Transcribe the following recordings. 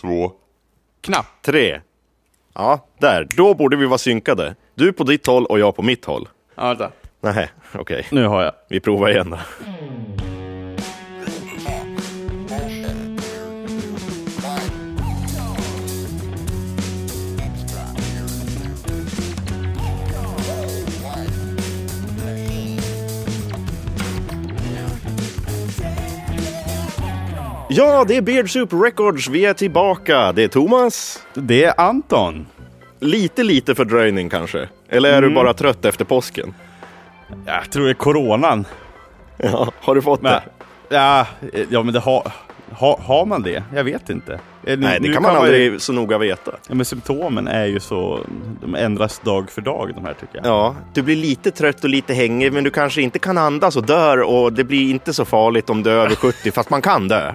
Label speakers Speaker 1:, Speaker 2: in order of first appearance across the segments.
Speaker 1: två, knapp.
Speaker 2: Tre. Ja, där. Då borde vi vara synkade. Du på ditt håll och jag på mitt håll.
Speaker 1: Ja, vänta.
Speaker 2: Nej, okej.
Speaker 1: Nu har jag.
Speaker 2: Vi provar igen då. Ja, det är Beard Soup Records. Vi är tillbaka. Det är Thomas.
Speaker 1: Det är Anton.
Speaker 2: Lite, lite fördröjning kanske. Eller är du bara trött efter påsken?
Speaker 1: Jag tror det är coronan.
Speaker 2: Ja, har du fått
Speaker 1: Men,
Speaker 2: det?
Speaker 1: ja, eh, ja, men det har... Ha, har man det? Jag vet inte. Eh, nu-
Speaker 2: Nej, det
Speaker 1: nu
Speaker 2: kan man aldrig så noga veta.
Speaker 1: Ja, men symptomen är ju så... De ändras dag för dag, de här tycker jag.
Speaker 2: Ja, du blir lite trött och lite hängig, men du kanske inte kan andas och dör och det blir inte så farligt om du är över 70, fast man kan dö.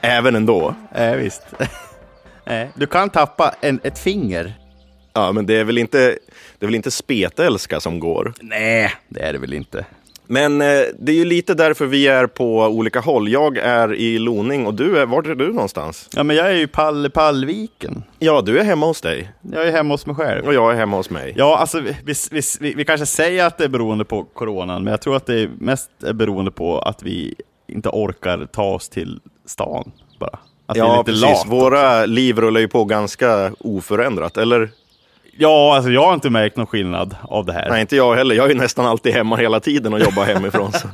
Speaker 2: Även ändå.
Speaker 1: Eh, visst. Eh, du kan tappa en, ett finger.
Speaker 2: Ja, men det är väl inte, det är väl inte spetälska som går.
Speaker 1: Nej, det är det väl inte.
Speaker 2: Men eh, det är ju lite därför vi är på olika håll. Jag är i Loning och du är, vart är du någonstans?
Speaker 1: Ja, men jag är ju pall, Pallviken.
Speaker 2: Ja, du är hemma hos dig
Speaker 1: Jag är hemma hos mig själv.
Speaker 2: och jag är hemma hos mig.
Speaker 1: Ja, alltså vi, vi, vi, vi kanske säger att det är beroende på coronan, men jag tror att det är mest är beroende på att vi inte orkar ta oss till stan bara. Att det är
Speaker 2: Ja,
Speaker 1: lite
Speaker 2: precis.
Speaker 1: lat.
Speaker 2: Våra liv rullar ju på ganska oförändrat, eller?
Speaker 1: Ja, alltså jag har inte märkt någon skillnad av det här.
Speaker 2: Nej, inte jag heller. Jag är ju nästan alltid hemma hela tiden och jobbar hemifrån. Så.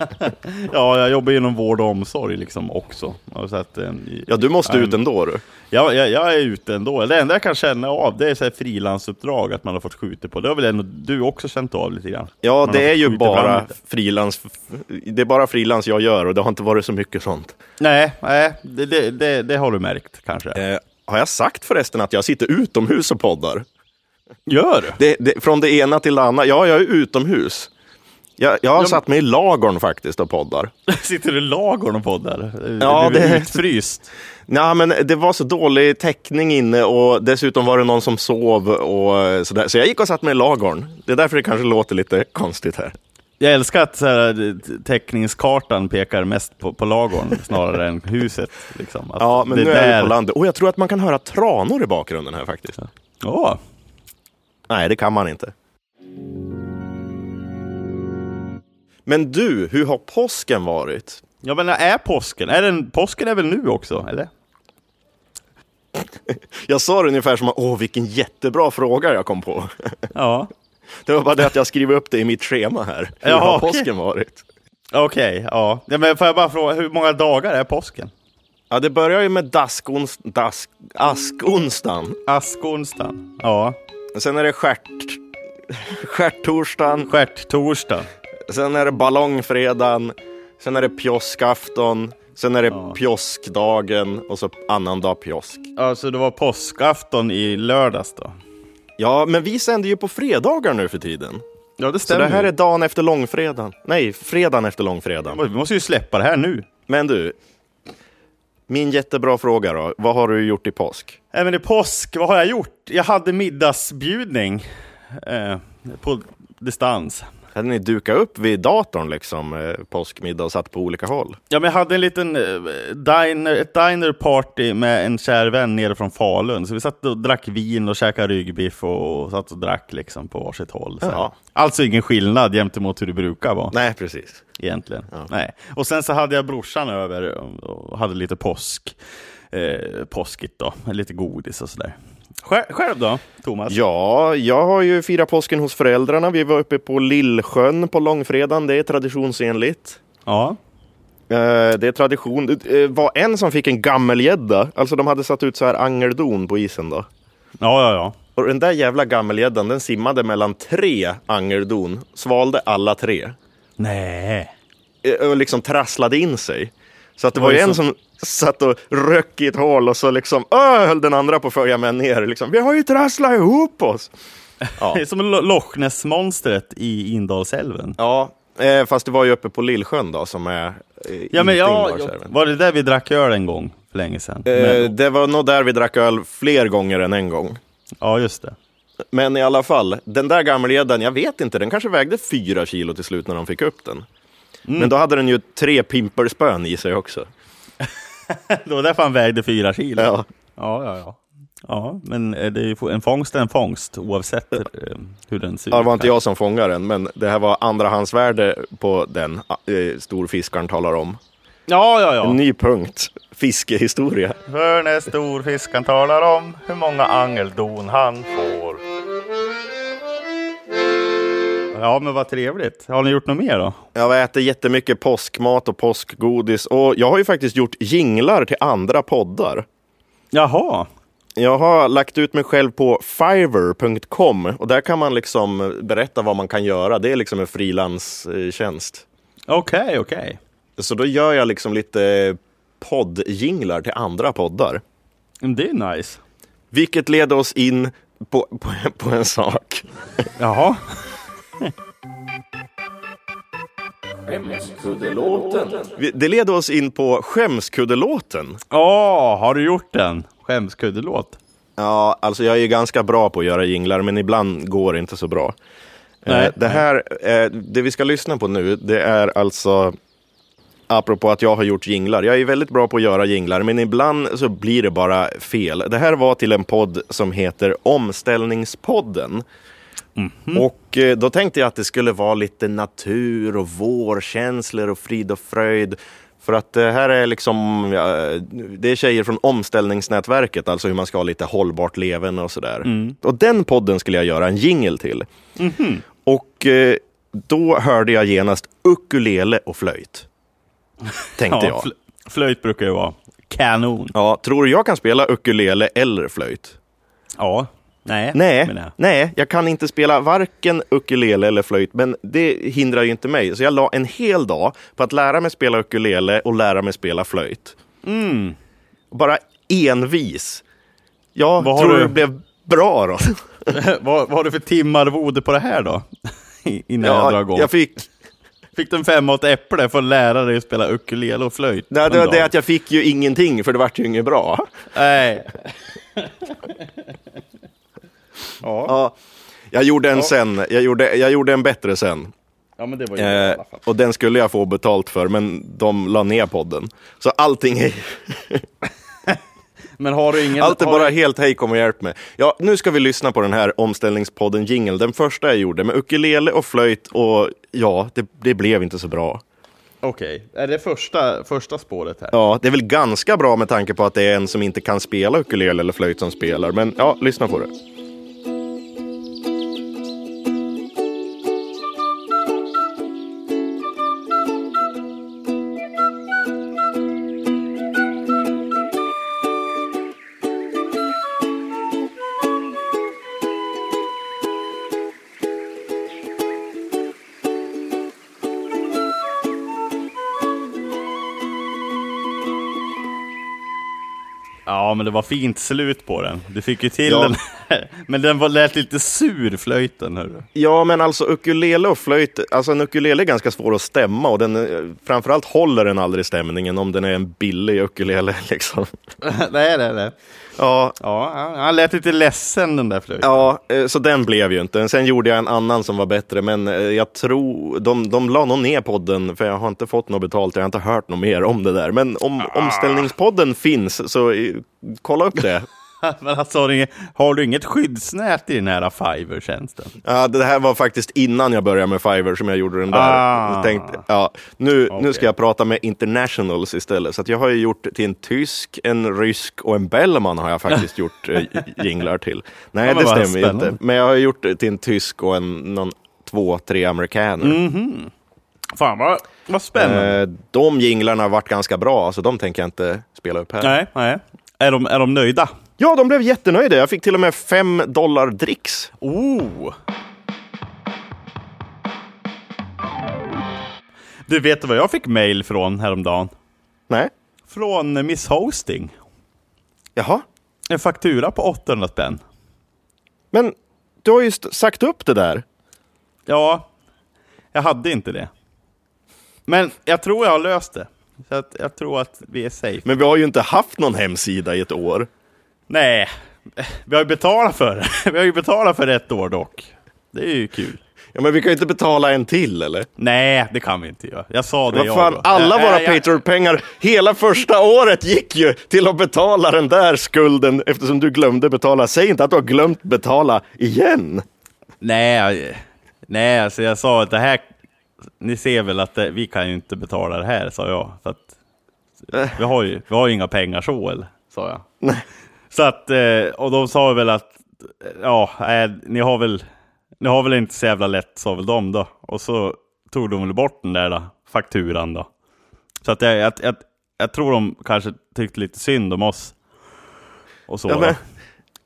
Speaker 1: Ja, jag jobbar inom vård och omsorg liksom också. Och Så att, eh,
Speaker 2: Ja, du måste ut ändå du.
Speaker 1: jag, jag, jag är ute ändå. Det enda jag kan känna av det är så här frilansuppdrag, att man har fått skjuta på. Det har väl ändå du också känt av lite grann?
Speaker 2: Ja,
Speaker 1: Man har
Speaker 2: det är
Speaker 1: fått
Speaker 2: ju
Speaker 1: skjuta ibland
Speaker 2: bara
Speaker 1: lite.
Speaker 2: frilans. Det är bara frilans jag gör och det har inte varit så mycket sånt.
Speaker 1: Nej, nej det, det, det, det har du märkt kanske.
Speaker 2: Eh, har jag sagt förresten att jag sitter utomhus och poddar?
Speaker 1: Gör du?
Speaker 2: Det, det, från det ena till det andra. Ja, jag är utomhus. Jag, jag har satt mig i lagorn faktiskt och poddar.
Speaker 1: Sitter du i lagorn och poddar?
Speaker 2: Ja,
Speaker 1: Ja, du är
Speaker 2: det-
Speaker 1: utfryst.
Speaker 2: Nej, men det var så dålig täckning inne och dessutom var det någon som sov och sådär. Så jag gick och satt mig i lagorn. Det är därför det kanske låter lite konstigt här.
Speaker 1: Jag älskar att så här, täckningskartan pekar mest på, på lagorn snarare än huset. Liksom. Att
Speaker 2: Ja, men
Speaker 1: det
Speaker 2: nu är vi
Speaker 1: där-
Speaker 2: på landet. Och jag tror att man kan höra tranor i bakgrunden här faktiskt.
Speaker 1: Åh,
Speaker 2: Nej, det kan man inte. Men du, hur har påsken varit?
Speaker 1: Ja, men är påsken? Är den, påsken är väl nu också, eller?
Speaker 2: Jag sa det ungefär som att, åh vilken jättebra fråga jag kom på.
Speaker 1: Ja.
Speaker 2: Det var bara det att jag skrev upp det i mitt schema här. Hur
Speaker 1: Jaha,
Speaker 2: har
Speaker 1: okej.
Speaker 2: påsken varit?
Speaker 1: Okej, ja. ja. Men får jag bara fråga, hur många dagar är påsken?
Speaker 2: Ja, det börjar ju med daskons, dask, askonsdagen.
Speaker 1: Askonsdagen. Ja.
Speaker 2: Sen är det stjärt, stjärttorsdagen.
Speaker 1: Stjärttorsdagen.
Speaker 2: Sen är det ballongfredagen. Sen är det pjoskafton. Sen är det pjoskdagen och så annandag pjosk.
Speaker 1: Ja, så Alltså, det var påskafton i lördags då?
Speaker 2: Ja, men vi sänder ju på fredagar nu för tiden.
Speaker 1: Ja, det
Speaker 2: Så
Speaker 1: stämmer.
Speaker 2: det här är dagen efter långfredagen. Nej, fredagen efter långfredagen.
Speaker 1: Vi måste ju släppa det här nu.
Speaker 2: Men du, min jättebra fråga då. Vad har du gjort i påsk?
Speaker 1: Även i påsk, vad har jag gjort? Jag hade middagsbjudning eh, på distans.
Speaker 2: Hade ni dukat upp vid datorn liksom, eh, påskmiddag och satt på olika håll?
Speaker 1: Ja, men jag hade en liten eh, diner, ett dinerparty med en kär vän nere från Falun. Så vi satt och drack vin och käkade ryggbiff och, och satt och drack liksom på varsitt håll. Så.
Speaker 2: Ja.
Speaker 1: Alltså ingen skillnad gentemot hur det brukar vara
Speaker 2: Nej, precis.
Speaker 1: egentligen. Nej. Och sen så hade jag brorsan över och hade lite påsk. Eh, påskigt då, lite godis och sådär. Själv, själv då, Thomas?
Speaker 2: Ja, jag har ju firat påsken hos föräldrarna. Vi var uppe på Lillsjön på långfredagen. Det är traditionsenligt.
Speaker 1: ja.
Speaker 2: Eh, Det är tradition. Det eh, var en som fick en gammelgädda. Alltså, de hade satt ut så här angeldon på isen då.
Speaker 1: Ja, ja, ja.
Speaker 2: Och den där jävla gammelgäddan, den simmade mellan tre angeldon, svalde alla tre.
Speaker 1: Nej.
Speaker 2: Eh, Och liksom trasslade in sig. Så att det var
Speaker 1: Oj,
Speaker 2: ju en
Speaker 1: så-
Speaker 2: som satt och röck i ett hål och så liksom öh, höll den andra på att följa med ner. Liksom, Vi har ju trasslat ihop oss! Ja.
Speaker 1: Det är som Lo- Loch Ness-monstret i Indalsälven.
Speaker 2: Ja, eh, fast det var ju uppe på Lillsjön då som är... eh,
Speaker 1: Ja,
Speaker 2: inte
Speaker 1: men ja,
Speaker 2: Ingvarsälven.
Speaker 1: var det där vi drack öl en gång för länge sedan?
Speaker 2: Eh,
Speaker 1: Men,
Speaker 2: Det var nog där vi drack öl fler gånger än en gång.
Speaker 1: ja, just det.
Speaker 2: Men i alla fall, den där gammelgäddan, jag vet inte, den kanske vägde fyra kilo till slut när de fick upp den. Men då hade den ju tre pimperspön i sig också.
Speaker 1: Det var därför han vägde fyra kilo.
Speaker 2: Ja.
Speaker 1: Ja, ja, ja. Ja, men eh, det är ju få- en fångst är en fångst oavsett eh, hur den ser ut.
Speaker 2: Ja, det var inte jag som fångade den, men det här var andrahandsvärde på den, eh, storfiskaren talar om.
Speaker 1: Ja, ja, ja.
Speaker 2: En ny punkt, fiskehistoria.
Speaker 1: Hör när storfiskaren talar om hur många angeldon han får. Ja, men vad trevligt. Har ni gjort något mer då?
Speaker 2: Jag äter jättemycket påskmat och påskgodis och jag har ju faktiskt gjort jinglar till andra poddar.
Speaker 1: Jaha.
Speaker 2: Jag har lagt ut mig själv på fiverr.com och där kan man liksom berätta vad man kan göra. Det är liksom en frilanstjänst.
Speaker 1: Okej, okej.
Speaker 2: Så då gör jag liksom lite poddjinglar till andra poddar.
Speaker 1: Men Det är nice.
Speaker 2: Vilket leder oss in på, på, på en sak.
Speaker 1: Jaha.
Speaker 2: Vi- Det leder oss in på skämskuddelåten.
Speaker 1: Åh, har du gjort den? Skämskuddelåt.
Speaker 2: Ja, alltså jag är ju ganska bra på att göra jinglar, men ibland går det inte så bra.
Speaker 1: Nej,
Speaker 2: eh, det här, eh, det vi ska lyssna på nu, det är alltså apropå att jag har gjort jinglar. Jag är väldigt bra på att göra jinglar, men ibland så blir det bara fel. Det här var till en podd som heter Omställningspodden.
Speaker 1: Mm.
Speaker 2: Och eh, då tänkte jag att det skulle vara lite natur och vårkänslor och frid och fröjd. För att det här är liksom, ja, det är tjejer från omställningsnätverket, alltså hur man ska ha lite hållbart leven och sådär.
Speaker 1: Mm.
Speaker 2: Och den podden skulle jag göra en jingel till.
Speaker 1: Mhm.
Speaker 2: Och eh, då hörde jag genast ukulele och flöjt. Tänkte
Speaker 1: Ja,
Speaker 2: jag.
Speaker 1: Typ fl- flöjt brukar ju vara kanon.
Speaker 2: Ja, tror du jag kan spela ukulele eller flöjt?
Speaker 1: Ja. Nej.
Speaker 2: Nej,
Speaker 1: menar jag.
Speaker 2: nej, jag kan inte spela varken ukulele eller flöjt, men det hindrar ju inte mig. Så jag la en hel dag på att lära mig spela ukulele och lära mig spela flöjt.
Speaker 1: Mm.
Speaker 2: Bara envis. Jag
Speaker 1: Vad har
Speaker 2: tror
Speaker 1: du-
Speaker 2: det blev bra då.
Speaker 1: vad, vad har du för timarvode på det här då? Innan jag drar igång.
Speaker 2: jag fick,
Speaker 1: Fick du en femma åt äpple för att lära dig att spela ukulele och flöjt?
Speaker 2: nej, det
Speaker 1: en
Speaker 2: var det
Speaker 1: dag?
Speaker 2: att jag fick ju ingenting, för det vart ju inget bra.
Speaker 1: Nej. ja.
Speaker 2: Ja, jag gjorde en sen, jag gjorde, jag gjorde en bättre sen.
Speaker 1: ja, men det var ju det i
Speaker 2: Eh,
Speaker 1: alla fall.
Speaker 2: och den skulle jag få betalt för, men de la ner podden. Så allting är
Speaker 1: Men har du ingen...
Speaker 2: Allt är
Speaker 1: har
Speaker 2: bara
Speaker 1: du-
Speaker 2: helt hej kom och hjälp mig. Ja, nu ska vi lyssna på den här omställningspodden Jingle. Den första jag gjorde med ukulele och flöjt och ja, det, det blev inte så bra.
Speaker 1: Okej, är det första, första spåret här?
Speaker 2: Ja, det är väl ganska bra med tanke på att det är en som inte kan spela ukulele eller flöjt som spelar. Men ja, lyssna på det.
Speaker 1: Ja, men det var fint slut på den. Du fick ju till
Speaker 2: Ja.
Speaker 1: den. men den var, lät lite sur, flöjten. Hörru.
Speaker 2: Ja, men alltså ukulele och flöjt. Alltså en ukulele är ganska svår att stämma och den, eh, framförallt håller den aldrig stämningen om den är en billig ukulele liksom.
Speaker 1: nej, nej, nej.
Speaker 2: Ja,
Speaker 1: Ja, han- han lät lite ledsen den där flöjten.
Speaker 2: Ja, eh, så den blev ju inte. Sen gjorde jag en annan som var bättre, men eh, jag tror de, de la nog ner podden, för jag har inte fått något betalt. Jag har inte hört något mer om det där. Men om omställningspodden finns, så eh, kolla upp det.
Speaker 1: men alltså, har du, inget, har du inget skyddsnät i den här Fiverr-tjänsten?
Speaker 2: Ja, det här var faktiskt innan jag började med Fiverr som jag gjorde den där.
Speaker 1: Ah.
Speaker 2: Jag tänkte, ja, nu,
Speaker 1: Okej.
Speaker 2: nu ska jag prata med internationals istället. Så att jag har ju gjort till en tysk, en rysk och en Bellman har jag faktiskt gjort eh, jinglar till. Nej,
Speaker 1: Ja, men
Speaker 2: det
Speaker 1: vad
Speaker 2: stämmer ju
Speaker 1: spännande.
Speaker 2: inte. Men jag har gjort det till en tysk och en någon, två, tre amerikaner.
Speaker 1: Mm. Fan, vad, vad spännande.
Speaker 2: Eh, de jinglarna har varit ganska bra, så de tänker jag inte spela upp här.
Speaker 1: Nej, nej. Är de, är de nöjda?
Speaker 2: Ja, de blev jättenöjda. Jag fick till och med fem dollar dricks.
Speaker 1: Oh! Du, vet du vad jag fick mail från häromdagen?
Speaker 2: Nej,
Speaker 1: Från Miss Hosting.
Speaker 2: jaha.
Speaker 1: En faktura på 800 spänn.
Speaker 2: Men du har ju st- sagt upp det där.
Speaker 1: Ja, jag hade inte det. Men jag tror jag har löst det. Så att jag tror att vi är safe.
Speaker 2: Men vi har ju inte haft någon hemsida i ett år.
Speaker 1: Nej, vi har ju betalat för det. Vi har ju betalat för ett år dock. Det är ju kul.
Speaker 2: Ja, men vi kan ju inte betala en till eller?
Speaker 1: Nej, det kan vi inte göra. Jag sa det
Speaker 2: Vad
Speaker 1: jag
Speaker 2: fan,
Speaker 1: då.
Speaker 2: alla
Speaker 1: Nej,
Speaker 2: våra
Speaker 1: jag-
Speaker 2: Patreon-pengar hela första året gick ju till att betala den där skulden eftersom du glömde betala. Säg inte att du har glömt betala igen.
Speaker 1: Nej, nej, alltså jag sa att det här, ni ser väl att det, vi kan ju inte betala det här, sa jag. För att vi, har ju, vi har ju inga pengar så, eller? Sa jag.
Speaker 2: Nej.
Speaker 1: Så att, eh, och de sa väl att, ja, nej, ni har väl, ni har väl inte så jävla lätt, sa väl de då. Och så tog de väl bort den där då, fakturan då. Så att jag, jag, jag, jag tror de kanske tyckte lite synd om oss. Och så.
Speaker 2: Ja,
Speaker 1: då.
Speaker 2: men-
Speaker 1: Så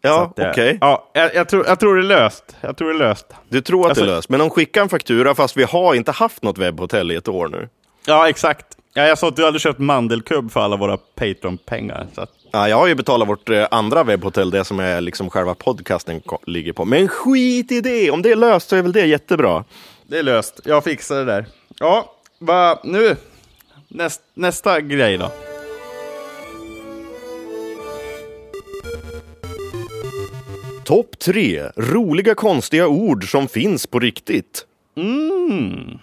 Speaker 2: Ja,
Speaker 1: att, eh,
Speaker 2: okej.
Speaker 1: Ja, jag, jag, tror, jag tror det är löst. Jag tror det är löst.
Speaker 2: Du tror att det
Speaker 1: Alltså-
Speaker 2: är löst, men de skickar en faktura fast vi har inte haft något webbhotell i ett år nu.
Speaker 1: Ja, exakt. Ja, jag sa att du hade köpt mandelkubb för alla våra Patreon-pengar. Så att,
Speaker 2: Ja, jag har ju betalat vårt eh, andra webbhotell, det som är liksom själva podcasten ko- ligger på. Men skit i det! Om det är löst så är väl det jättebra.
Speaker 1: det är löst. Jag fixar det där. Ja, va, nu. Näst, nästa grej då.
Speaker 2: Topp tre roliga konstiga ord som finns på riktigt. Mm.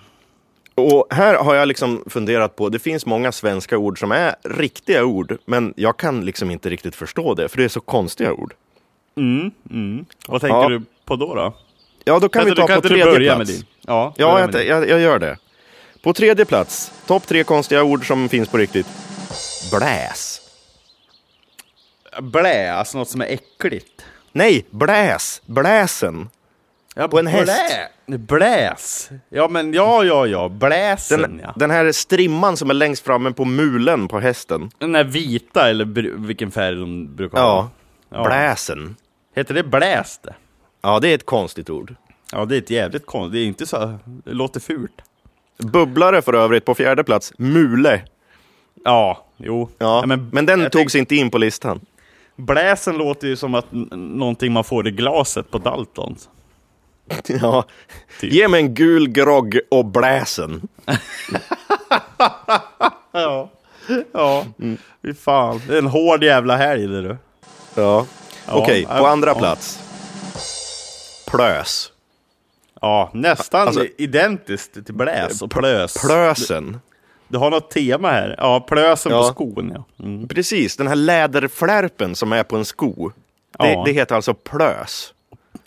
Speaker 2: Och här har jag liksom funderat på, det finns många svenska ord som är riktiga ord, men jag kan liksom inte riktigt förstå det, för det är så konstiga ord.
Speaker 1: Vad tänker
Speaker 2: Ja.
Speaker 1: du på då? då?
Speaker 2: Ja, då kan vi
Speaker 1: Petter,
Speaker 2: ta
Speaker 1: kan
Speaker 2: på
Speaker 1: inte du
Speaker 2: tredje
Speaker 1: börja
Speaker 2: plats.
Speaker 1: med din? Ja,
Speaker 2: Ja,
Speaker 1: börja
Speaker 2: jag,
Speaker 1: med din.
Speaker 2: jag, jag gör det. På tredje plats, topp tre konstiga ord som finns på riktigt. Bläs.
Speaker 1: Blä, alltså något som är äckligt.
Speaker 2: Nej, bläs. Bläsen.
Speaker 1: Ja,
Speaker 2: på en häst.
Speaker 1: Blä. Bläs. Ja, men ja, ja, ja. Bläsen,
Speaker 2: Den,
Speaker 1: ja.
Speaker 2: den här strimman som är längst framme på mulen på hästen.
Speaker 1: Den där vita, eller br- vilken färg de brukar
Speaker 2: Ja,
Speaker 1: ha. Ja.
Speaker 2: bläsen.
Speaker 1: Heter det bläst?
Speaker 2: Ja, det är ett konstigt ord.
Speaker 1: Ja, det är ett jävligt konstigt. Det är inte så... Det låter fult.
Speaker 2: Bubblare för övrigt på fjärde plats. Mule.
Speaker 1: Ja, jo.
Speaker 2: Ja,
Speaker 1: Ja,
Speaker 2: men, den
Speaker 1: jag
Speaker 2: togs inte in på listan.
Speaker 1: Bläsen låter ju som att n- någonting man får i glaset på Daltons.
Speaker 2: Ja. Ge mig en gul grogg och bläsen.
Speaker 1: Ja, ja. Mm. Fy fan. Det är en hård jävla helg det du.
Speaker 2: Ja.
Speaker 1: Ja,
Speaker 2: Okej, på
Speaker 1: ja,
Speaker 2: andra
Speaker 1: ja.
Speaker 2: plats. Plös.
Speaker 1: Ja, nästan
Speaker 2: Alltså-
Speaker 1: identiskt till bläs och plös.
Speaker 2: Plösen.
Speaker 1: du har något tema här. Ja, plösen
Speaker 2: Ja.
Speaker 1: på skon ja. Mm.
Speaker 2: Precis, den här läderflärpen som är på en sko.
Speaker 1: Ja.
Speaker 2: Det, det heter alltså plös.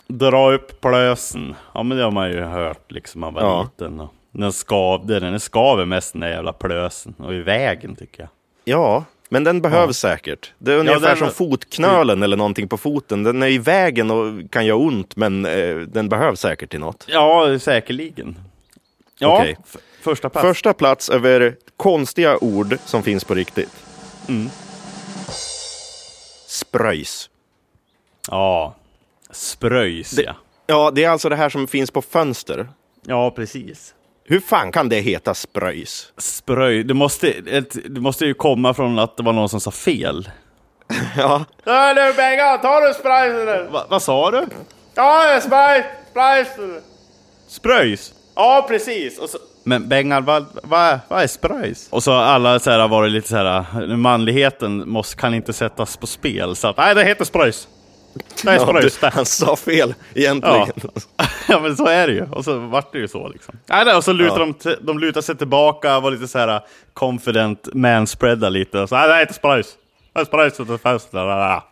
Speaker 1: Dra upp plösen. Ja, men det har man ju hört liksom man var
Speaker 2: Ja.
Speaker 1: liten. Och den skavde, den skaver mest den där jävla plösen. Och i vägen tycker jag.
Speaker 2: Ja, men den behövs säkert. Det är ungefär
Speaker 1: den-
Speaker 2: som fotknölen eller någonting på foten. Den är i vägen och kan göra ont, men eh, den behövs säkert till något.
Speaker 1: Ja, säkerligen. Ja,
Speaker 2: Okej.
Speaker 1: f- första plats.
Speaker 2: Första plats över konstiga ord som finns på riktigt.
Speaker 1: Mm.
Speaker 2: Spröjs.
Speaker 1: Ja, spröjs ja.
Speaker 2: Ja, det är alltså det här som finns på fönster.
Speaker 1: Ja, precis.
Speaker 2: Hur fan kan det heta spröjs?
Speaker 1: Spröj, det måste, ett, det måste ju komma från att det var någon som sa fel.
Speaker 2: Ja,
Speaker 1: Nu Bengan, tar du spröjs eller? Va, vad sa du? Ja, spröjs, spröjs. Spröjs? Ja, precis. Men Bengan, vad vad vad är spröjs? Och så har alla så här varit lite så här, manligheten måste, kan inte sättas på spel. Så att, nej, det heter spröjs. Det är
Speaker 2: ja du,
Speaker 1: spröjs. det.
Speaker 2: han sa fel egentligen. Eh,
Speaker 1: Ja men så är det ju, och så vart det ju så liksom. Nej, nej, och så lutar
Speaker 2: Ja.
Speaker 1: de, t- de lutar sig tillbaka, var lite så här äh, confident, manspreada lite. Och så, nej, det heter Sprajs. Det är Sprajs och det är fönster. la, la, la."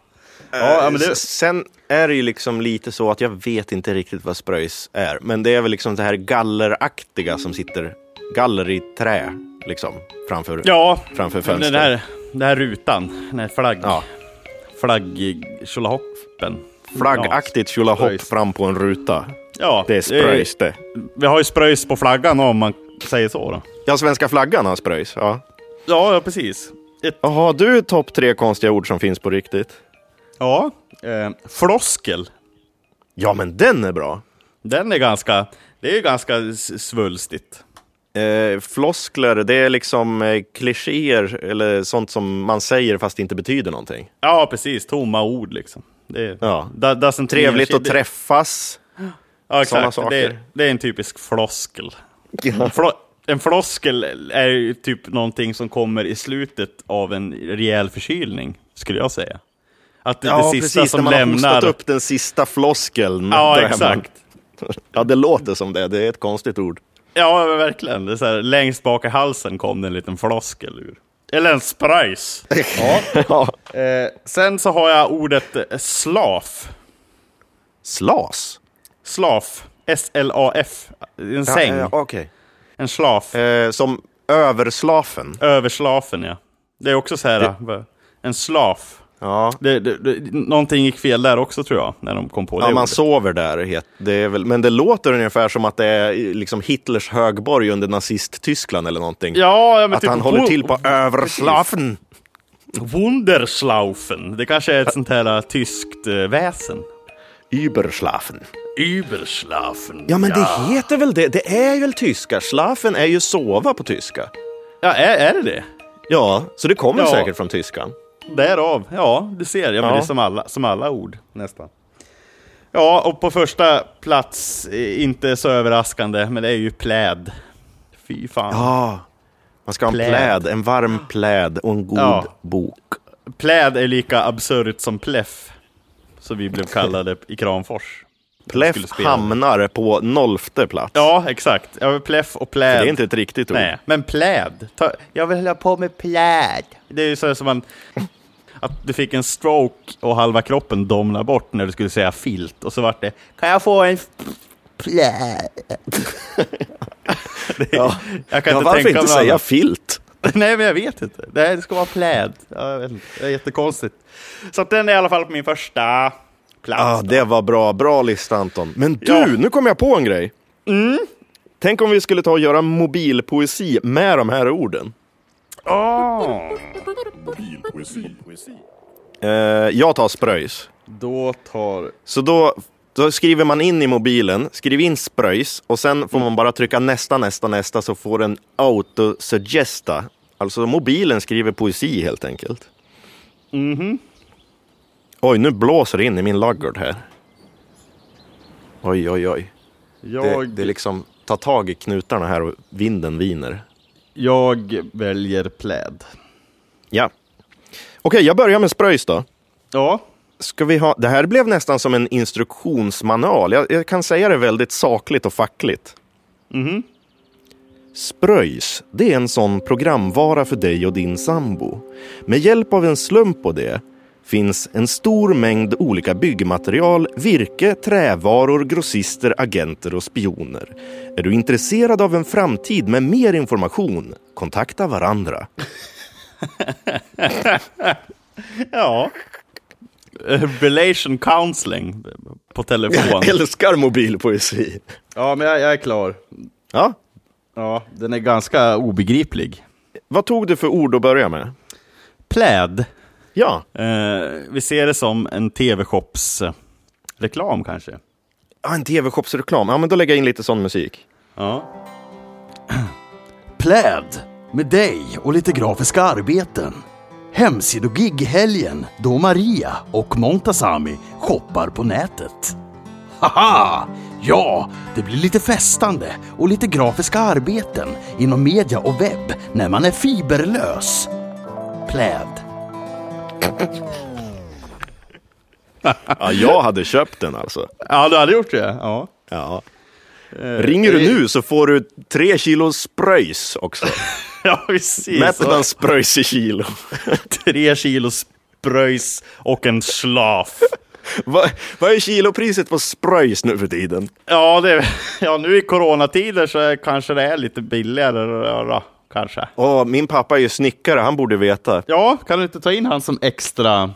Speaker 1: Ja, ja, men
Speaker 2: Eh,
Speaker 1: det,
Speaker 2: Sen är det ju liksom lite så att jag vet inte riktigt vad spröjs är. Men det är väl liksom det här galleraktiga som sitter galler i trä liksom framför.
Speaker 1: ja,
Speaker 2: framför
Speaker 1: men
Speaker 2: fönster.
Speaker 1: Den här, den här rutan, den här flagg...
Speaker 2: Ja.
Speaker 1: Flagg... Tjolahoppen.
Speaker 2: Flaggaktigt tjolahopp
Speaker 1: spröjs.
Speaker 2: fram på en ruta.
Speaker 1: Ja,
Speaker 2: Det är spröjs det.
Speaker 1: Vi har ju Spröjs på flaggan om man säger så då.
Speaker 2: Ja, svenska flaggan har spröjs. Ja.
Speaker 1: Ja, ja precis. Ett,
Speaker 2: Jaha, du topp tre konstiga ord som finns på riktigt?
Speaker 1: ja, eh, floskel.
Speaker 2: Ja, men den är bra.
Speaker 1: Den är ganska, det är ju ganska s- svulstigt.
Speaker 2: Eh, floskler, det är liksom eh, klichéer eller sånt som man säger fast det inte betyder någonting.
Speaker 1: Ja, precis. Tomma ord liksom. Det är,
Speaker 2: Ja.
Speaker 1: Da- doesn't
Speaker 2: Trevligt
Speaker 1: mean
Speaker 2: att
Speaker 1: shit.
Speaker 2: träffas.
Speaker 1: ja,
Speaker 2: sådana
Speaker 1: exakt. Det, är-
Speaker 2: saker.
Speaker 1: det är en typisk floskel. Flo en floskel är ju typ någonting som kommer i slutet av en rejäl förkylning, skulle jag säga. Att det, är det sista som
Speaker 2: när man har
Speaker 1: lämnar...
Speaker 2: hostat upp den sista floskeln.
Speaker 1: Ja,
Speaker 2: Då är man-
Speaker 1: exakt.
Speaker 2: Ja, det låter som det. Det är ett konstigt ord.
Speaker 1: Ja, men verkligen. Det är så här, längst bak i halsen kom det en liten floskel ur. Eller en sprajs.
Speaker 2: Ja.
Speaker 1: Eh, sen så har jag ordet eh, slaf.
Speaker 2: Slas?
Speaker 1: Slaf. S-L-A-F. En säng.
Speaker 2: Ja, ja, Okej.
Speaker 1: En slaf.
Speaker 2: Eh, som överslafen.
Speaker 1: Över slafen, ja. Det är också så här. va, En slaf.
Speaker 2: Ja.
Speaker 1: Det, det, det, någonting gick fel där också tror jag, när de kom på det
Speaker 2: Ja, man
Speaker 1: ordet.
Speaker 2: sover där. het- Det är väl, men det låter ungefär som att det är liksom Hitlers högborg under nazist-Tyskland eller någonting.
Speaker 1: Ja, ja, men
Speaker 2: att
Speaker 1: typ
Speaker 2: han håller till på överslafen.
Speaker 1: Wunderslaufen. Det kanske är ett sånt här eh, tyskt eh, väsen.
Speaker 2: Überschlafen.
Speaker 1: Überschlafen.
Speaker 2: Ja, men det heter väl det. Det är väl tyska. Schlafen är ju sova på tyska.
Speaker 1: Ja, är, är det det?
Speaker 2: Ja, så det kommer
Speaker 1: Ja.
Speaker 2: säkert från tyskan.
Speaker 1: Därav. Ja, du ser. Ja, men
Speaker 2: Ja.
Speaker 1: det är som alla, som alla ord nästan. Ja, och på första plats, eh, inte så överraskande, men det är ju pläd. Fy fan.
Speaker 2: Ja, man ska ha en
Speaker 1: Pläd.
Speaker 2: pläd. en varm pläd och en god
Speaker 1: Ja.
Speaker 2: bok.
Speaker 1: Pläd är lika absurt som pläff, som vi blev kallade i Kramfors. skulle
Speaker 2: Pläff
Speaker 1: spela.
Speaker 2: hamnar på nolfte plats.
Speaker 1: Ja, exakt. Ja, Pläff och pläd.
Speaker 2: Det är inte ett riktigt ord.
Speaker 1: Nej, men pläd. Ta, jag vill hålla på med pläd. Det är ju så här som man, att du fick en stroke och halva kroppen domnade bort när du skulle säga filt. Och så vart det, kan jag få en pläd? det,
Speaker 2: Ja.
Speaker 1: Jag kan
Speaker 2: Ja,
Speaker 1: inte
Speaker 2: varför
Speaker 1: tänka
Speaker 2: inte
Speaker 1: mig
Speaker 2: säga
Speaker 1: annat.
Speaker 2: filt?
Speaker 1: Nej, men jag vet inte. Det, här, det ska vara pläd. Ja, jag vet inte. Det är jättekonstigt. Så att den är i alla fall på min första plats.
Speaker 2: Ah, det var bra. Bra lista, Anton. Mm. Men du,
Speaker 1: Ja.
Speaker 2: nu kom jag på en grej. Tänk om vi skulle ta och göra mobilpoesi med de här orden.
Speaker 1: Ah.
Speaker 2: Eh, jag tar spröjs.
Speaker 1: Då tar...
Speaker 2: Så då, då skriver man in i mobilen, skriv in spröjs och sen får man bara trycka nästa, nästa, nästa så får den autosuggesta. Alltså mobilen skriver poesi helt enkelt. Mhm. Oj, nu blåser det in i min laggård här. Oj, oj, oj. Det,
Speaker 1: Jag,
Speaker 2: det är liksom, ta tag i knutarna här och vinden viner.
Speaker 1: jag väljer pläd.
Speaker 2: Ja. Okej, jag börjar med spröjs då.
Speaker 1: Ja,
Speaker 2: Ska vi ha, det här blev nästan som en instruktionsmanual. Jag, jag kan säga det väldigt sakligt och fackligt. Mhm. Spröjs, det är en sån programvara för dig och din sambo. Med hjälp av en slump på det finns en stor mängd olika byggmaterial, virke, trävaror, grossister, agenter och spioner. Är du intresserad av en framtid med mer information? Kontakta varandra.
Speaker 1: Ja. Relation counseling på telefon.
Speaker 2: älskar mobilpoesi.
Speaker 1: Ja, men jag, jag är klar.
Speaker 2: Ja,
Speaker 1: Ja, den är ganska obegriplig.
Speaker 2: vad tog du för ord att börja med?
Speaker 1: Pläd.
Speaker 2: Ja,
Speaker 1: Eh, vi ser det som en tv-shops-reklam kanske.
Speaker 2: Ja, en tv-shopsreklam. Ja, men då lägger jag in lite sån musik.
Speaker 1: Ja. Pläd med dig och lite grafiska arbeten. Hemsidogig i helgen då Maria och Montasami shoppar på nätet. Haha! Ja, det blir lite festande och lite grafiska arbeten inom media och webb när man är fiberlös. Pläd.
Speaker 2: Ja, jag hade köpt den alltså.
Speaker 1: Ja, du hade gjort det? Ja.
Speaker 2: Ja. Ringer du nu så får du tre kilo spröjs också.
Speaker 1: Ja, precis.
Speaker 2: Mätt bland spröjs i kilo.
Speaker 1: Tre kilo spröjs och en slaf.
Speaker 2: Vad vad är kilopriset på spröjs nu för tiden?
Speaker 1: Ja, det, ja, nu i coronatider så är- kanske det är lite billigare. ja, då, Kanske.
Speaker 2: Åh, min pappa är ju snickare, han borde veta.
Speaker 1: Ja, kan du inte ta in han som extra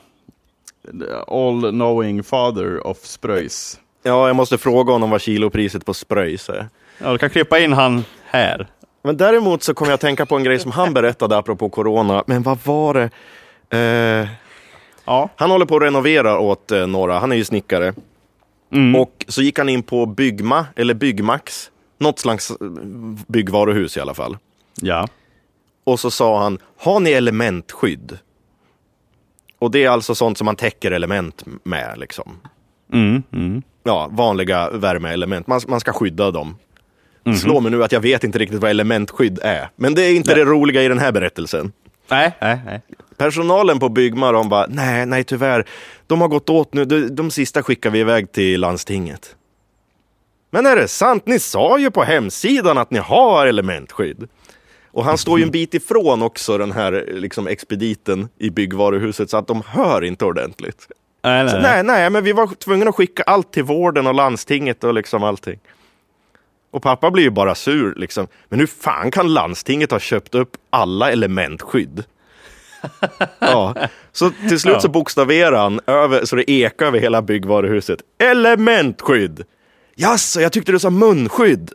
Speaker 1: all knowing father of spröjs?
Speaker 2: Ja, jag måste fråga honom vad kilopriset på spröjs är.
Speaker 1: Ja, du kan klippa in han här.
Speaker 2: Men däremot så kom jag att tänka på en grej som han berättade apropå corona. Men vad var det? Eh,
Speaker 1: Ja.
Speaker 2: Han håller på att renovera åt eh, några, han är ju snickare. Och så gick han in på Byggma, eller Byggmax, något slags eh, byggvaruhus i alla fall.
Speaker 1: Ja.
Speaker 2: Och så sa han, har ni elementskydd? Och det är alltså sånt som man täcker element med, liksom.
Speaker 1: Mm,
Speaker 2: Ja, vanliga värmeelement. Man, man ska skydda dem. Slå mig nu att jag vet inte riktigt vad elementskydd är. Men det är inte det roliga i den här berättelsen.
Speaker 1: Nej, nej, nej.
Speaker 2: Personalen på Byggma, de bara, nej, nej tyvärr. De har gått åt nu. De, de sista skickar vi iväg till landstinget. Men är det sant? Ni sa ju på hemsidan att ni har elementskydd. Och han står ju en bit ifrån också, den här liksom, expediten i byggvaruhuset, så att de hör inte ordentligt.
Speaker 1: Nej,
Speaker 2: Så,
Speaker 1: nej.
Speaker 2: alltså, nej, nej, men vi var tvungna att skicka allt till vården och landstinget och liksom allting. Och pappa blir ju bara sur liksom. Men hur fan kan landstinget ha köpt upp alla elementskydd? ja, så till slut så bokstaverar han över, så det ekar över hela byggvaruhuset. Elementskydd! Jaså, jag tyckte du sa munskydd.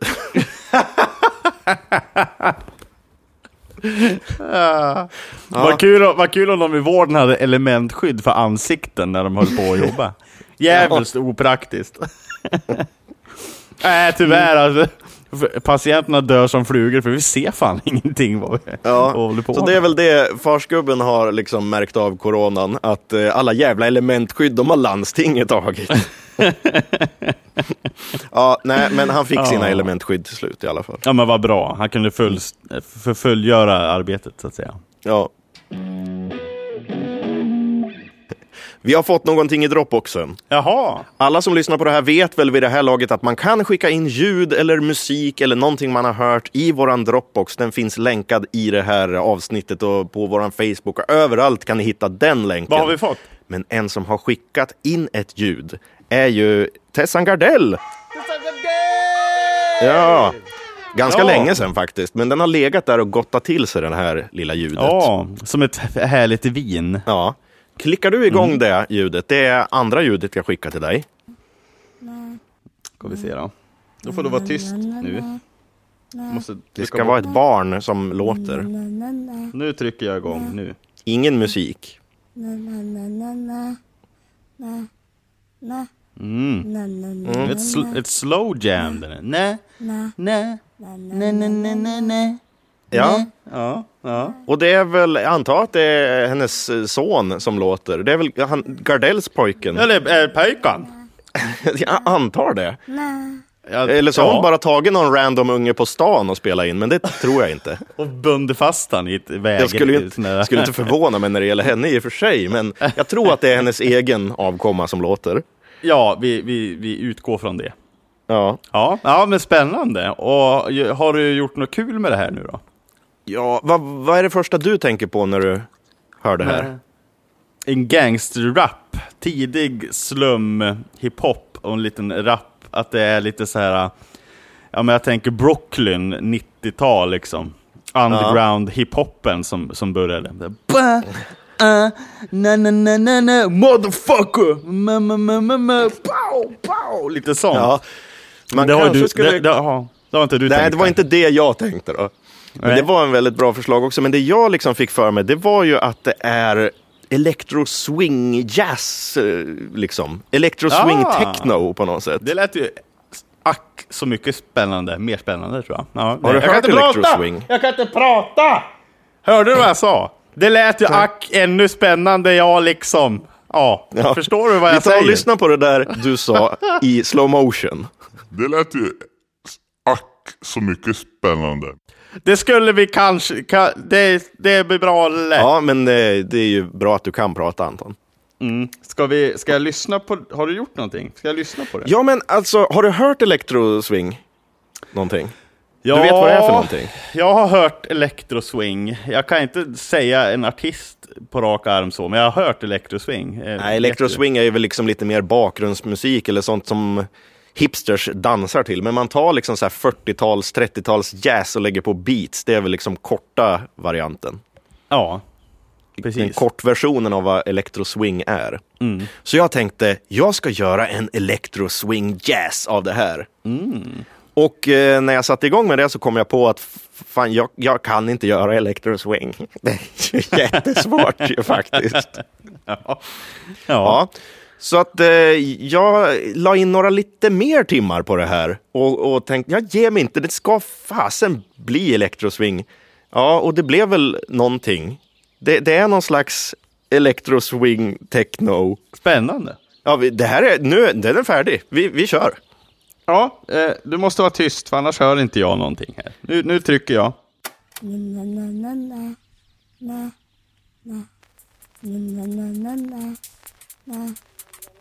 Speaker 1: Vad, kul, om- vad kul om de i vården hade elementskydd för ansikten när de höll på att jobba. Jävligt opraktiskt. Nej, tyvärr alltså. För- Patienterna dör som flugor för vi ser fan ingenting vad vi
Speaker 2: Ja,
Speaker 1: vad vi håller på
Speaker 2: så
Speaker 1: med.
Speaker 2: det är väl det farsgubben har liksom märkt av coronan, att eh, alla jävla elementskydd, de har landstinget tagit. ja, nej, men han fick sina
Speaker 1: Ja.
Speaker 2: elementskydd till slut i alla fall.
Speaker 1: Ja men vad bra, han kunde full, fullgöra arbetet så att säga.
Speaker 2: Ja. Vi har fått någonting i Dropboxen.
Speaker 1: Jaha!
Speaker 2: Alla som lyssnar på det här vet väl vid det här laget att man kan skicka in ljud eller musik eller någonting man har hört i våran Dropbox. Den finns länkad i det här avsnittet och på våran Facebook. Och överallt kan ni hitta den länken.
Speaker 1: Vad har vi fått?
Speaker 2: Men en som har skickat in ett ljud är ju Tessan Gardell. Ja, ganska
Speaker 1: Ja.
Speaker 2: länge sedan faktiskt. Men den har legat där och gottat till sig den här lilla ljudet.
Speaker 1: Ja, som ett härligt vin.
Speaker 2: Ja. Klickar du igång
Speaker 1: Mm.
Speaker 2: det ljudet? Det är andra ljudet jag skickar till dig.
Speaker 1: Ska vi se då. Då får du vara tyst nu. Måste
Speaker 2: Mm. Det ska vara ett barn som låter.
Speaker 1: Nu trycker jag igång, nu.
Speaker 2: Ingen musik.
Speaker 1: Mm. Ett, sl- ett slow jam. den är. Nä, nä, nä, nä, nä, nä, nä. Mm.
Speaker 2: Ja,
Speaker 1: Ja, ja.
Speaker 2: och det är väl, jag antar att det är hennes eh, son som låter. Det är väl han, Gardells pojken.
Speaker 1: Eller äh, pöjkan.
Speaker 2: Jag antar det.
Speaker 1: Ja,
Speaker 2: Eller så har hon
Speaker 1: ja.
Speaker 2: bara tagit någon random unge på stan och spelat in, men det tror jag inte.
Speaker 1: Och bundit fast han i ett väg.
Speaker 2: Jag skulle, ju inte,
Speaker 1: inte...
Speaker 2: skulle inte förvåna mig när det gäller henne i och för sig, men jag tror att det är hennes egen avkomma som låter.
Speaker 1: Ja, vi, vi, vi utgår från det.
Speaker 2: Ja,
Speaker 1: Ja, ja men spännande. Och ju- har du gjort något kul med det här nu då?
Speaker 2: ja vad, vad är det första du tänker på när du hör det här?
Speaker 1: En gangsterrap, tidig slum hiphop och en liten rap. Att det är lite så här, ja men jag tänker Brooklyn 90-tal liksom. Underground hiphopen som, som började. Det- Ba, ah, na, na, na, na, na, motherfucker! Ma, ma, ma, ma, ma, pow, pow. Lite sånt.
Speaker 2: Ja, man
Speaker 1: det, har
Speaker 2: kanske
Speaker 1: du,
Speaker 2: skulle...
Speaker 1: det, det, ja, det har inte du
Speaker 2: Nej,
Speaker 1: tänkt
Speaker 2: det var
Speaker 1: på.
Speaker 2: inte det jag tänkte då. Men
Speaker 1: Nej.
Speaker 2: det var en väldigt bra förslag också. Men det jag liksom fick för mig, det var ju att det är electro swing jazz, eh, liksom. Electro swing
Speaker 1: Ah.
Speaker 2: techno på något sätt.
Speaker 1: Det lät ju ack så mycket spännande, mer spännande tror jag. Ja,
Speaker 2: Har du
Speaker 1: jag kan
Speaker 2: hört
Speaker 1: inte prata!
Speaker 2: electroswing?
Speaker 1: Jag kan inte prata! Hörde du vad jag sa? Det lät ju ack ännu spännande, ja liksom. Ja, förstår du vad
Speaker 2: Vi
Speaker 1: jag
Speaker 2: tar och
Speaker 1: säger?
Speaker 2: lyssnar på det där du sa i slow motion.
Speaker 3: Det lät ju ack så mycket spännande.
Speaker 1: Det skulle vi kanske, ka, det, det blir bra lätt.
Speaker 2: Ja, men eh, det är ju bra att du kan prata Anton.
Speaker 1: Ska, vi, ska jag lyssna på, har du gjort någonting? Ska jag lyssna på det?
Speaker 2: Ja, men alltså, har du hört electroswing? Någonting? Du vet vad det är för någonting?
Speaker 1: Jag har hört electroswing. Jag kan inte säga en artist på rak arm så, men jag har hört electroswing. Eh,
Speaker 2: Nej, electroswing är ju väl liksom lite mer bakgrundsmusik eller sånt som hipsters dansar till. Men man tar liksom så här 40-tals, 30-tals jazz och lägger på beats. Det är väl liksom korta varianten.
Speaker 1: Ja,
Speaker 2: Den
Speaker 1: precis.
Speaker 2: kortversionen av vad electroswing är. Så jag tänkte, jag ska göra en electroswing jazz av det här. Och eh, när jag satte igång med det så kom jag på att f- fan, jag, jag kan inte göra electroswing. Det är ju jättesvårt ju faktiskt.
Speaker 1: Ja.
Speaker 2: Ja. Så att eh, jag la in några lite mer timmar på det här och, och tänkte, jag ger mig inte, det ska fasen bli electroswing. Ja, och det blev väl någonting. Det, det är någon slags electroswing techno.
Speaker 1: Spännande.
Speaker 2: Ja, vi, det här är, nu den är färdig, vi, vi kör.
Speaker 1: Ja, eh, du måste vara tyst för annars hör inte jag någonting här. Nu, nu trycker jag.
Speaker 4: na na na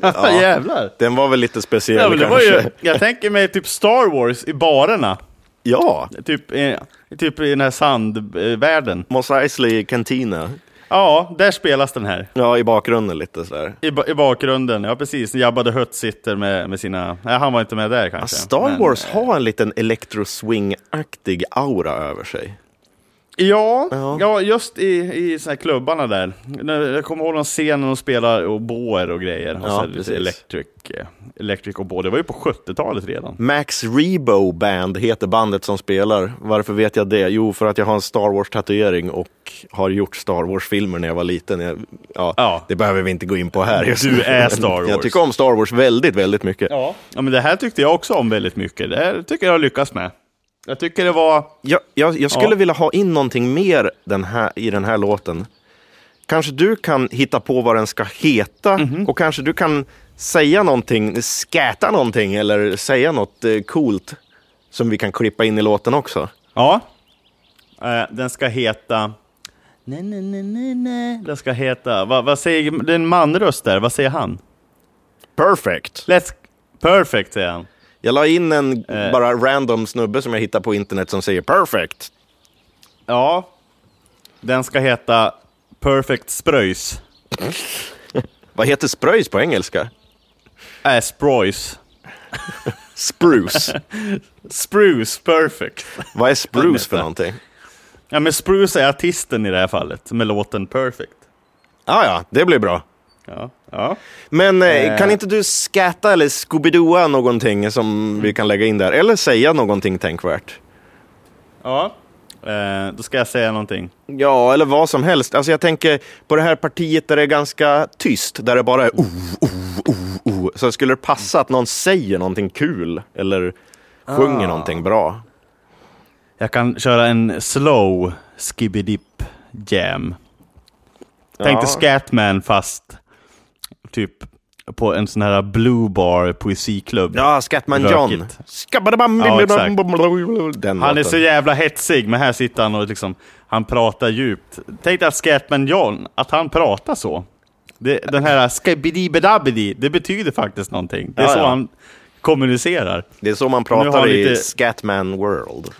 Speaker 1: Ja. Jävlar.
Speaker 2: Den var väl lite speciell
Speaker 1: Ja, men det var
Speaker 2: kanske.
Speaker 1: ju, jag tänker mig typ Star Wars i barerna.
Speaker 2: Ja,
Speaker 1: Typ, i- typ i den här sandvärlden.
Speaker 2: Mos Eisley Cantina.
Speaker 1: Ja, där spelas den här.
Speaker 2: Ja, i bakgrunden lite sådär.
Speaker 1: I, ba- i bakgrunden, ja precis. Jabba the Hutt sitter med, med sina... Nej, han var inte med där kanske.
Speaker 2: Star
Speaker 1: Men- eh,
Speaker 2: Wars har en liten electro-swing-aktig aura över sig.
Speaker 1: Ja,
Speaker 2: Ja.
Speaker 1: ja. just i, i såna här klubbarna där. Nu- Jag kommer ihåg någon scen när de spelar oboer och grejer. Och
Speaker 2: Ja,
Speaker 1: så här lite
Speaker 2: precis.
Speaker 1: electric, eh, electric oboe. Det var ju på 70-talet redan.
Speaker 2: Max Rebo Band heter bandet som spelar. Varför vet jag det? Jo, för att jag har en Star Wars-tatuering och har gjort Star Wars-filmer när jag var liten. Jag, ja,
Speaker 1: Ja.
Speaker 2: Det behöver vi inte gå in på här. just
Speaker 1: Du
Speaker 2: nu.
Speaker 1: är Star
Speaker 2: Jag
Speaker 1: Wars.
Speaker 2: tycker om Star Wars väldigt, väldigt mycket.
Speaker 1: Ja. ja, men det här tyckte jag också om väldigt mycket. Det här tycker jag har lyckats med. Jag tycker det var...
Speaker 2: Jag, jag, jag skulle
Speaker 1: Ja.
Speaker 2: vilja ha in någonting mer den här, i den här låten. Kanske du kan hitta på vad den ska heta
Speaker 1: Mhm.
Speaker 2: och kanske du kan säga någonting, skäta någonting eller säga något eh, coolt som vi kan klippa in i låten också.
Speaker 1: Ja. Eh, den ska heta... Nej, nej, nej, nej, nej. Den ska heta... Vad, vad säger... Det är en manröst där. Vad säger han?
Speaker 2: Perfect!
Speaker 1: Let's... Perfect, säger han.
Speaker 2: Jag la in en bara random snubbe som jag hittade på internet som säger perfect.
Speaker 1: Ja. Den ska heta Perfect Spröjs.
Speaker 2: Vad heter spröjs på engelska?
Speaker 1: Äh, Spröjs.
Speaker 2: Spruce.
Speaker 1: Spruce Perfect.
Speaker 2: Vad är spruce för någonting?
Speaker 1: Ja, men Spruce är artisten i det här fallet med låten Perfect.
Speaker 2: Ah, ja, det blir bra.
Speaker 1: Ja. ja.
Speaker 2: Men eh,
Speaker 1: Eh.
Speaker 2: kan inte du skatta eller scoobidoa någonting som vi kan lägga in där? Eller säga någonting tänkvärt?
Speaker 1: ja. Eh, då ska jag säga någonting.
Speaker 2: Ja, eller vad som helst. Alltså jag tänker på det här partiet där det är ganska tyst, där det bara är oh, oh, oh, oh. Så skulle det passa att någon säger någonting kul eller sjunger någonting bra.
Speaker 1: Jag kan köra en slow skibidip jam. Tänk
Speaker 2: Ja.
Speaker 1: dig Scatman fast typ på en sån här Blue Bar poesiklubb.
Speaker 2: Ja, Scatman John.
Speaker 1: Rökigt.
Speaker 2: Skabbadabam,
Speaker 1: Ja, exakt.
Speaker 2: Den
Speaker 1: Han är så
Speaker 2: låten.
Speaker 1: jävla hetsig, men här sitter han och liksom, han pratar djupt. Tänk dig att Scatman John, att han pratar så. Det, den här skabidibedabidi, det betyder faktiskt någonting. Det är
Speaker 2: Ja,
Speaker 1: så
Speaker 2: ja.
Speaker 1: han kommunicerar.
Speaker 2: Det är så man
Speaker 1: har
Speaker 2: pratar
Speaker 1: han
Speaker 2: i
Speaker 1: lite-
Speaker 2: Scatman World.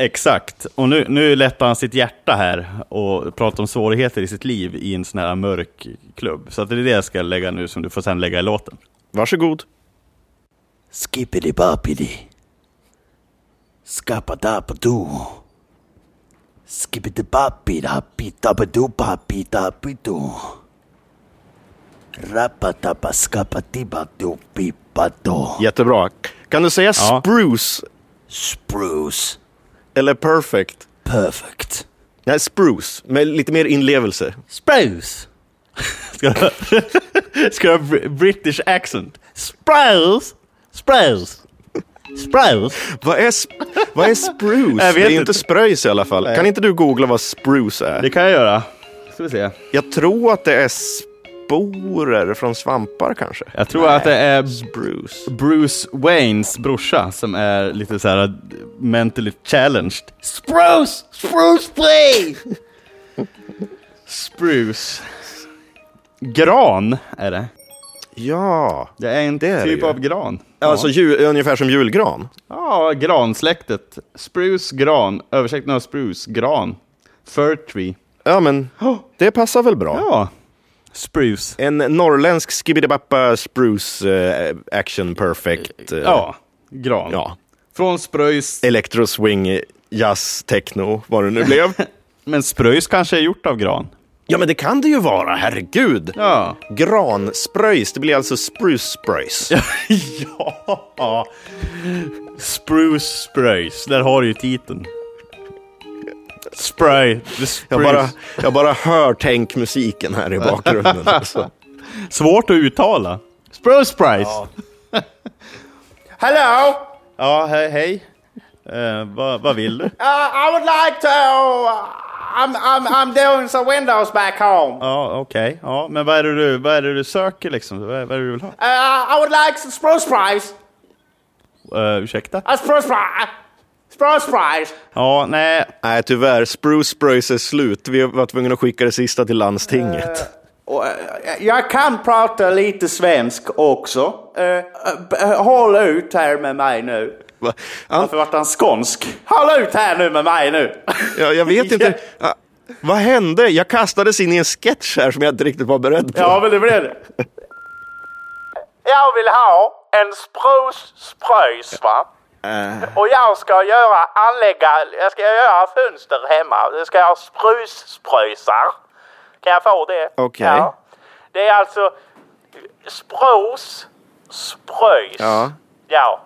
Speaker 1: Exakt. Och nu, nu lättar han sitt hjärta här och pratar om svårigheter i sitt liv i en sån här mörk klubb. Så att det är det jag ska lägga nu som du får sen lägga i låten.
Speaker 2: Varsågod.
Speaker 4: Skippity-boppity. Skappadappadoo. Skippity-boppity-happy-dabba-doo-happy-dabby-doo. Rappatappa-skappadibba-doo-bippa-doo.
Speaker 2: Jättebra. Kan du säga
Speaker 1: Ja.
Speaker 2: spruce
Speaker 4: Spruce.
Speaker 2: eller perfect?
Speaker 4: Perfect.
Speaker 2: Nej, spruce. Med lite mer inlevelse.
Speaker 4: Spruce.
Speaker 1: Ska du ska du ha br- British accent? Spruce! Spruce! Spruce!
Speaker 2: Vad är, sp- vad är spruce?
Speaker 1: Jag vet
Speaker 2: det är ju
Speaker 1: inte.
Speaker 2: inte spröjs i alla fall. Kan inte du googla vad spruce är?
Speaker 1: Det kan jag göra. Ska vi se.
Speaker 2: Jag tror att det är sporer från svampar kanske.
Speaker 1: Jag tror att det är
Speaker 2: Spruce.
Speaker 1: Bruce Waynes brorsa som är lite så här mentally challenged. Spruce! Spruce please! Spruce. Gran är det.
Speaker 2: Ja.
Speaker 1: Det är en
Speaker 2: Det är det
Speaker 1: typ
Speaker 2: ju.
Speaker 1: av gran.
Speaker 2: Alltså jul, ungefär som julgran.
Speaker 1: Ja, gransläktet. Spruce gran. Översättning av spruce, gran. Fir tree.
Speaker 2: Ja, men det passar väl bra.
Speaker 1: Ja. Spruce.
Speaker 2: En norrländsk skibidibappa spruce eh, action perfect. eh,
Speaker 1: Ja, gran.
Speaker 2: ja.
Speaker 1: Från spröjs.
Speaker 2: Electro swing, jazz, techno, vad det nu blev.
Speaker 1: Men spröjs kanske är gjort av gran.
Speaker 2: ja, men det kan det ju vara, herregud.
Speaker 1: Ja.
Speaker 2: Granspröjs, det blir alltså spruce spröjs.
Speaker 1: ja! Spruce Sprays, där har du ju titeln. Spray. The
Speaker 2: Jag
Speaker 1: spruce.
Speaker 2: bara, jag bara hör tänkmusiken här i bakgrunden. Alltså.
Speaker 1: Svårt att uttala. Spruce Price. Ja,
Speaker 5: Hello,
Speaker 1: hej. hej. Eh, vad, vad vill du?
Speaker 5: uh, I would like to. uh, I'm, I'm, I'm doing some windows back home. Uh,
Speaker 1: Ja, okej. Ja, men vad är, det du, vad är det du söker liksom? Vad, är- vad är det du vill ha?
Speaker 5: I would like some spruce price.
Speaker 1: Uh, ursäkta?
Speaker 5: A spruce price. Spruce price.
Speaker 1: Ja, nej.
Speaker 2: Nej, tyvärr. Spruce Spruce är slut. Vi var tvungna att skicka det sista till landstinget.
Speaker 5: Och, eh, jag kan prata lite svensk också. Eh, eh, b- eh, håll ut här med mig nu.
Speaker 2: Va? An-
Speaker 5: Varför vart han skånsk? Håll ut här nu med mig nu.
Speaker 2: jag, jag vet inte. Ah, Vad hände? Jag kastades in i en sketch här som jag inte riktigt var beredd på.
Speaker 5: Ja, men det blev det. Jag vill ha en spruce spröjs, va?
Speaker 2: Eh.
Speaker 5: Och jag ska göra anlägga, jag ska göra fönster hemma. Jag ska ha spruce spröjsar. Kan jag få det?
Speaker 2: Okej.
Speaker 5: Ja. Det är alltså spruce spröjs.
Speaker 2: Ja.
Speaker 5: Ja.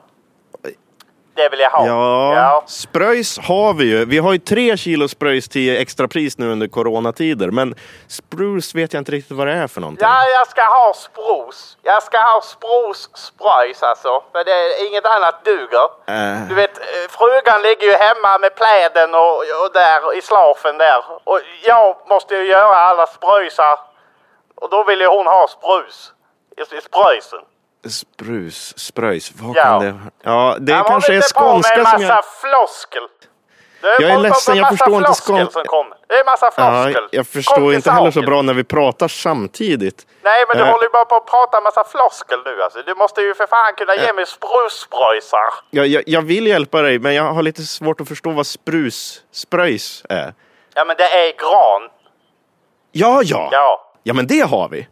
Speaker 5: Det vill jag ha.
Speaker 2: Ja,
Speaker 5: ja.
Speaker 2: spröjs har vi ju. Vi har ju tre kilo spröjs till extrapris nu under coronatider, men spruce vet jag inte riktigt vad det är för någonting.
Speaker 5: Ja, jag ska ha spros. Jag ska ha spros spröjs alltså. För det är inget annat duger.
Speaker 2: Äh.
Speaker 5: Du vet, eh, frugan ligger ju hemma med pläden och, och där i slafen där. Och jag måste ju göra alla spröjsar. Och då vill ju hon ha sprus. I- i Spröjsen.
Speaker 2: Sprus, spröjs, vad
Speaker 5: Ja.
Speaker 2: kan det Ja, det
Speaker 5: Men håll
Speaker 2: kanske är
Speaker 5: inte på med en
Speaker 2: skånska som
Speaker 5: massa
Speaker 2: jag...
Speaker 5: floskel. Du
Speaker 2: Jag är
Speaker 5: håller på med
Speaker 2: ledsen, jag
Speaker 5: massa
Speaker 2: förstår inte
Speaker 5: floskel
Speaker 2: skån-
Speaker 5: som kommer. Det är massa floskel.
Speaker 2: Ja, jag
Speaker 5: Kom
Speaker 2: förstår
Speaker 5: till
Speaker 2: inte heller så
Speaker 5: saken.
Speaker 2: bra när vi pratar samtidigt.
Speaker 5: Nej, men du
Speaker 2: Eh.
Speaker 5: håller ju bara på att prata en massa floskel nu alltså. Du måste ju för fan kunna
Speaker 1: Eh.
Speaker 5: ge mig spruspröjsar.
Speaker 2: Jag, jag, jag vill hjälpa dig, men jag har lite svårt att förstå vad sprus, spröjs är.
Speaker 5: Ja, men det är gran.
Speaker 2: Ja, ja, ja!
Speaker 5: Ja.
Speaker 2: Ja, men det har vi!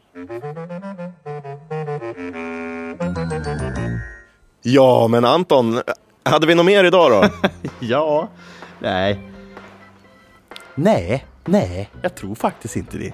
Speaker 2: Ja, men Anton, hade vi något mer idag då?
Speaker 1: Ja. Nej. Nej. Nej. Jag tror faktiskt inte det.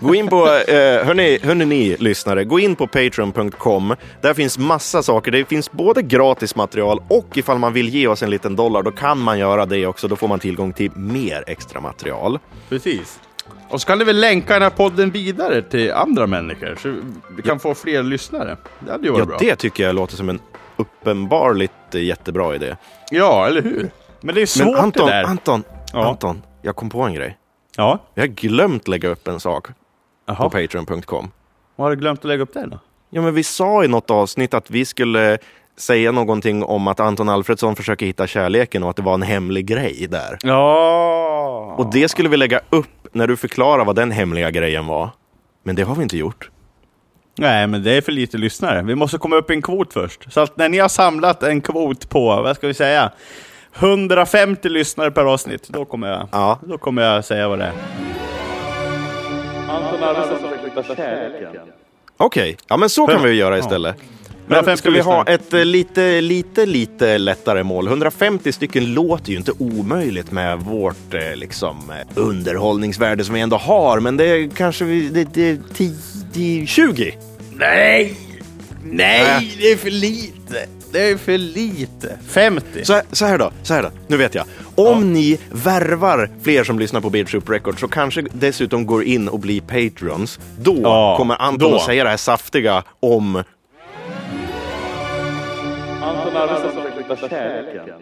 Speaker 2: Gå in på, eh, hörni, hörni ni lyssnare, gå in på patreon.com. Där finns massa saker. Det finns både gratis material och ifall man vill ge oss en liten dollar, då kan man göra det också. Då får man tillgång till mer extra material.
Speaker 1: Precis. Och så kan du väl länka den här podden vidare till andra människor så vi kan få fler lyssnare. Det hade ju varit
Speaker 2: Ja,
Speaker 1: bra.
Speaker 2: det tycker jag låter som en uppenbarligt eh, jättebra idé.
Speaker 1: Ja, eller hur? Men det är svårt
Speaker 2: Men Anton,
Speaker 1: det där.
Speaker 2: Anton,
Speaker 1: Ja.
Speaker 2: Anton, jag kom på en grej.
Speaker 1: ja.
Speaker 2: Jag har glömt lägga upp en sak på
Speaker 1: Jaha.
Speaker 2: patreon.com.
Speaker 1: Vad har du glömt att lägga upp det då?
Speaker 2: Ja, men vi sa i något avsnitt att vi skulle säga någonting om att Anton Alfredsson försöker hitta kärleken och att det var en hemlig grej där.
Speaker 1: Ja.
Speaker 2: Och det skulle vi lägga upp när du förklarar vad den hemliga grejen var. Men det har vi inte gjort.
Speaker 1: Nej, men det är för lite lyssnare. Vi måste komma upp i en kvot först. Så att när ni har samlat en kvot på, vad ska vi säga, 150 lyssnare per avsnitt, då kommer jag,
Speaker 2: Ja.
Speaker 1: då kommer jag säga vad det är.
Speaker 2: Okej, ja men så kan vi ju göra istället. Men
Speaker 1: 150
Speaker 2: ska vi ha
Speaker 1: lyssnare.
Speaker 2: ett eh, lite, lite, lite lättare mål? 150 stycken låter ju inte omöjligt med vårt eh, liksom, eh, underhållningsvärde som vi ändå har, men det är kanske vi, det, det, 10, 20?
Speaker 1: Nej! Nej, det är för lite. Det är för lite. 50.
Speaker 2: Så, så här då, så här då, nu vet jag. Om ni värvar fler som lyssnar på Beach Up Records så kanske dessutom går in och blir patrons. Då
Speaker 1: Ja,
Speaker 2: kommer Anton
Speaker 1: då.
Speaker 2: att säga det här saftiga om...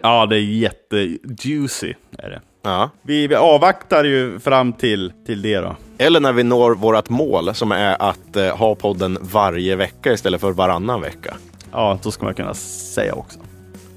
Speaker 1: Ja, det är jättejuicy. Är det.
Speaker 2: Ja.
Speaker 1: Vi, vi avvaktar ju fram till, till det då.
Speaker 2: Eller när vi når vårt mål som är att eh, ha podden varje vecka istället för varannan vecka.
Speaker 1: Ja, då ska man kunna säga också.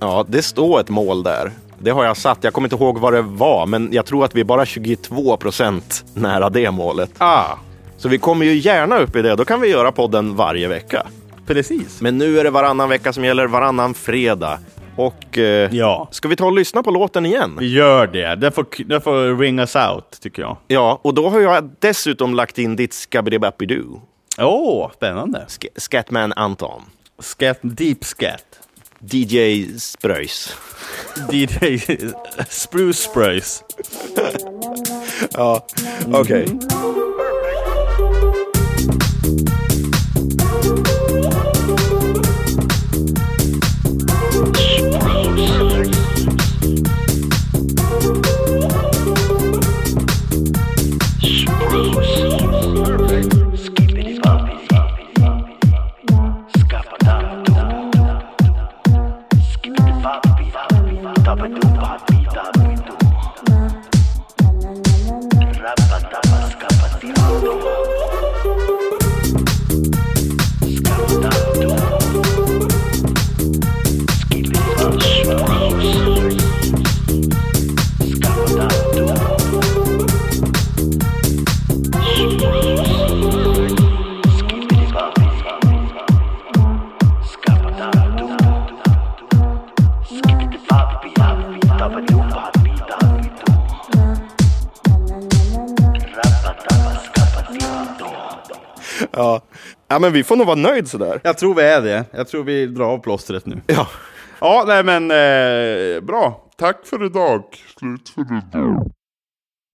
Speaker 2: Ja, det står ett mål där. Det har jag satt. Jag kommer inte ihåg vad det var, men jag tror att vi är bara 22 procent nära det målet.
Speaker 1: Ah,
Speaker 2: Så vi kommer ju gärna upp i det. Då kan vi göra podden varje vecka.
Speaker 1: precis.
Speaker 2: Men nu är det varannan vecka som gäller, varannan fredag. Och eh,
Speaker 1: Ja.
Speaker 2: ska vi ta och lyssna på låten igen?
Speaker 1: Vi gör det. Den får, den får ring us out, tycker jag.
Speaker 2: Ja, och då har jag dessutom lagt in ditt Skabbidi-Babbidoo.
Speaker 1: Åh, oh, spännande.
Speaker 2: Sk- Scatman Anton.
Speaker 1: Scat, deep scat.
Speaker 2: DJ Spröjs.
Speaker 1: DJ Spruce Spruce.
Speaker 2: Ja, okej. Ja. ja, men vi får nog vara nöjd sådär.
Speaker 1: Jag tror vi är det. Jag tror vi drar av plåstret nu.
Speaker 2: Ja.
Speaker 1: Ja, nej men eh, bra. Tack för idag.
Speaker 3: Slut för idag.